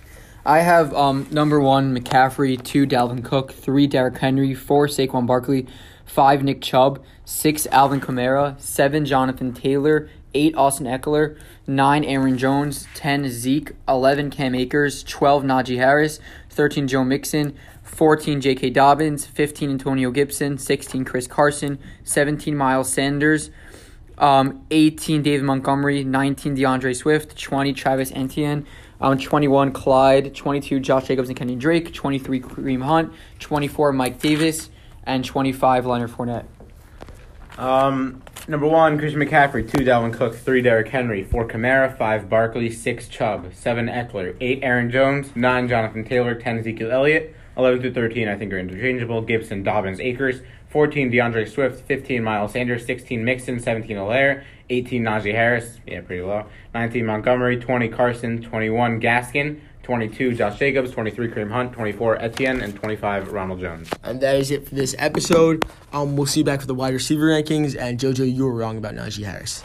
[SPEAKER 3] I have um number one McCaffrey, two Dalvin Cook, three Derrick Henry, four Saquon Barkley, five Nick Chubb, six Alvin Kamara, seven Jonathan Taylor, eight Austin Eckler, nine Aaron Jones, ten Zeke, eleven Cam Akers, twelve Najee Harris, thirteen Joe Mixon. 14 J.K. Dobbins, 15 Antonio Gibson, 16 Chris Carson, 17 Miles Sanders, um, 18 David Montgomery, 19 DeAndre Swift, 20 Travis Etienne, um, 21 Clyde, 22 Josh Jacobs and Kenny Drake, 23 Kareem Hunt, 24 Mike Davis, and 25 Leonard Fournette.
[SPEAKER 4] Um, number one, Christian McCaffrey. Two, Dalvin Cook. Three, Derrick Henry. Four, Kamara. Five, Barkley. Six, Chubb. Seven, Eckler. Eight, Aaron Jones. Nine, Jonathan Taylor. Ten, Ezekiel Elliott. Eleven through thirteen, I think are interchangeable. Gibson, Dobbins, Akers. Fourteen, DeAndre Swift. Fifteen, Miles Sanders. Sixteen, Mixon. Seventeen, Allaire. Eighteen, Najee Harris. Yeah, pretty low. Nineteen, Montgomery. Twenty, Carson. Twenty-one, Gaskin. Twenty-two, Josh Jacobs. Twenty-three, Kareem Hunt. Twenty-four, Etienne, and twenty-five, Ronald Jones.
[SPEAKER 2] And that is it for this episode. Um, we'll see you back for the wide receiver rankings. And JoJo, you were wrong about Najee Harris.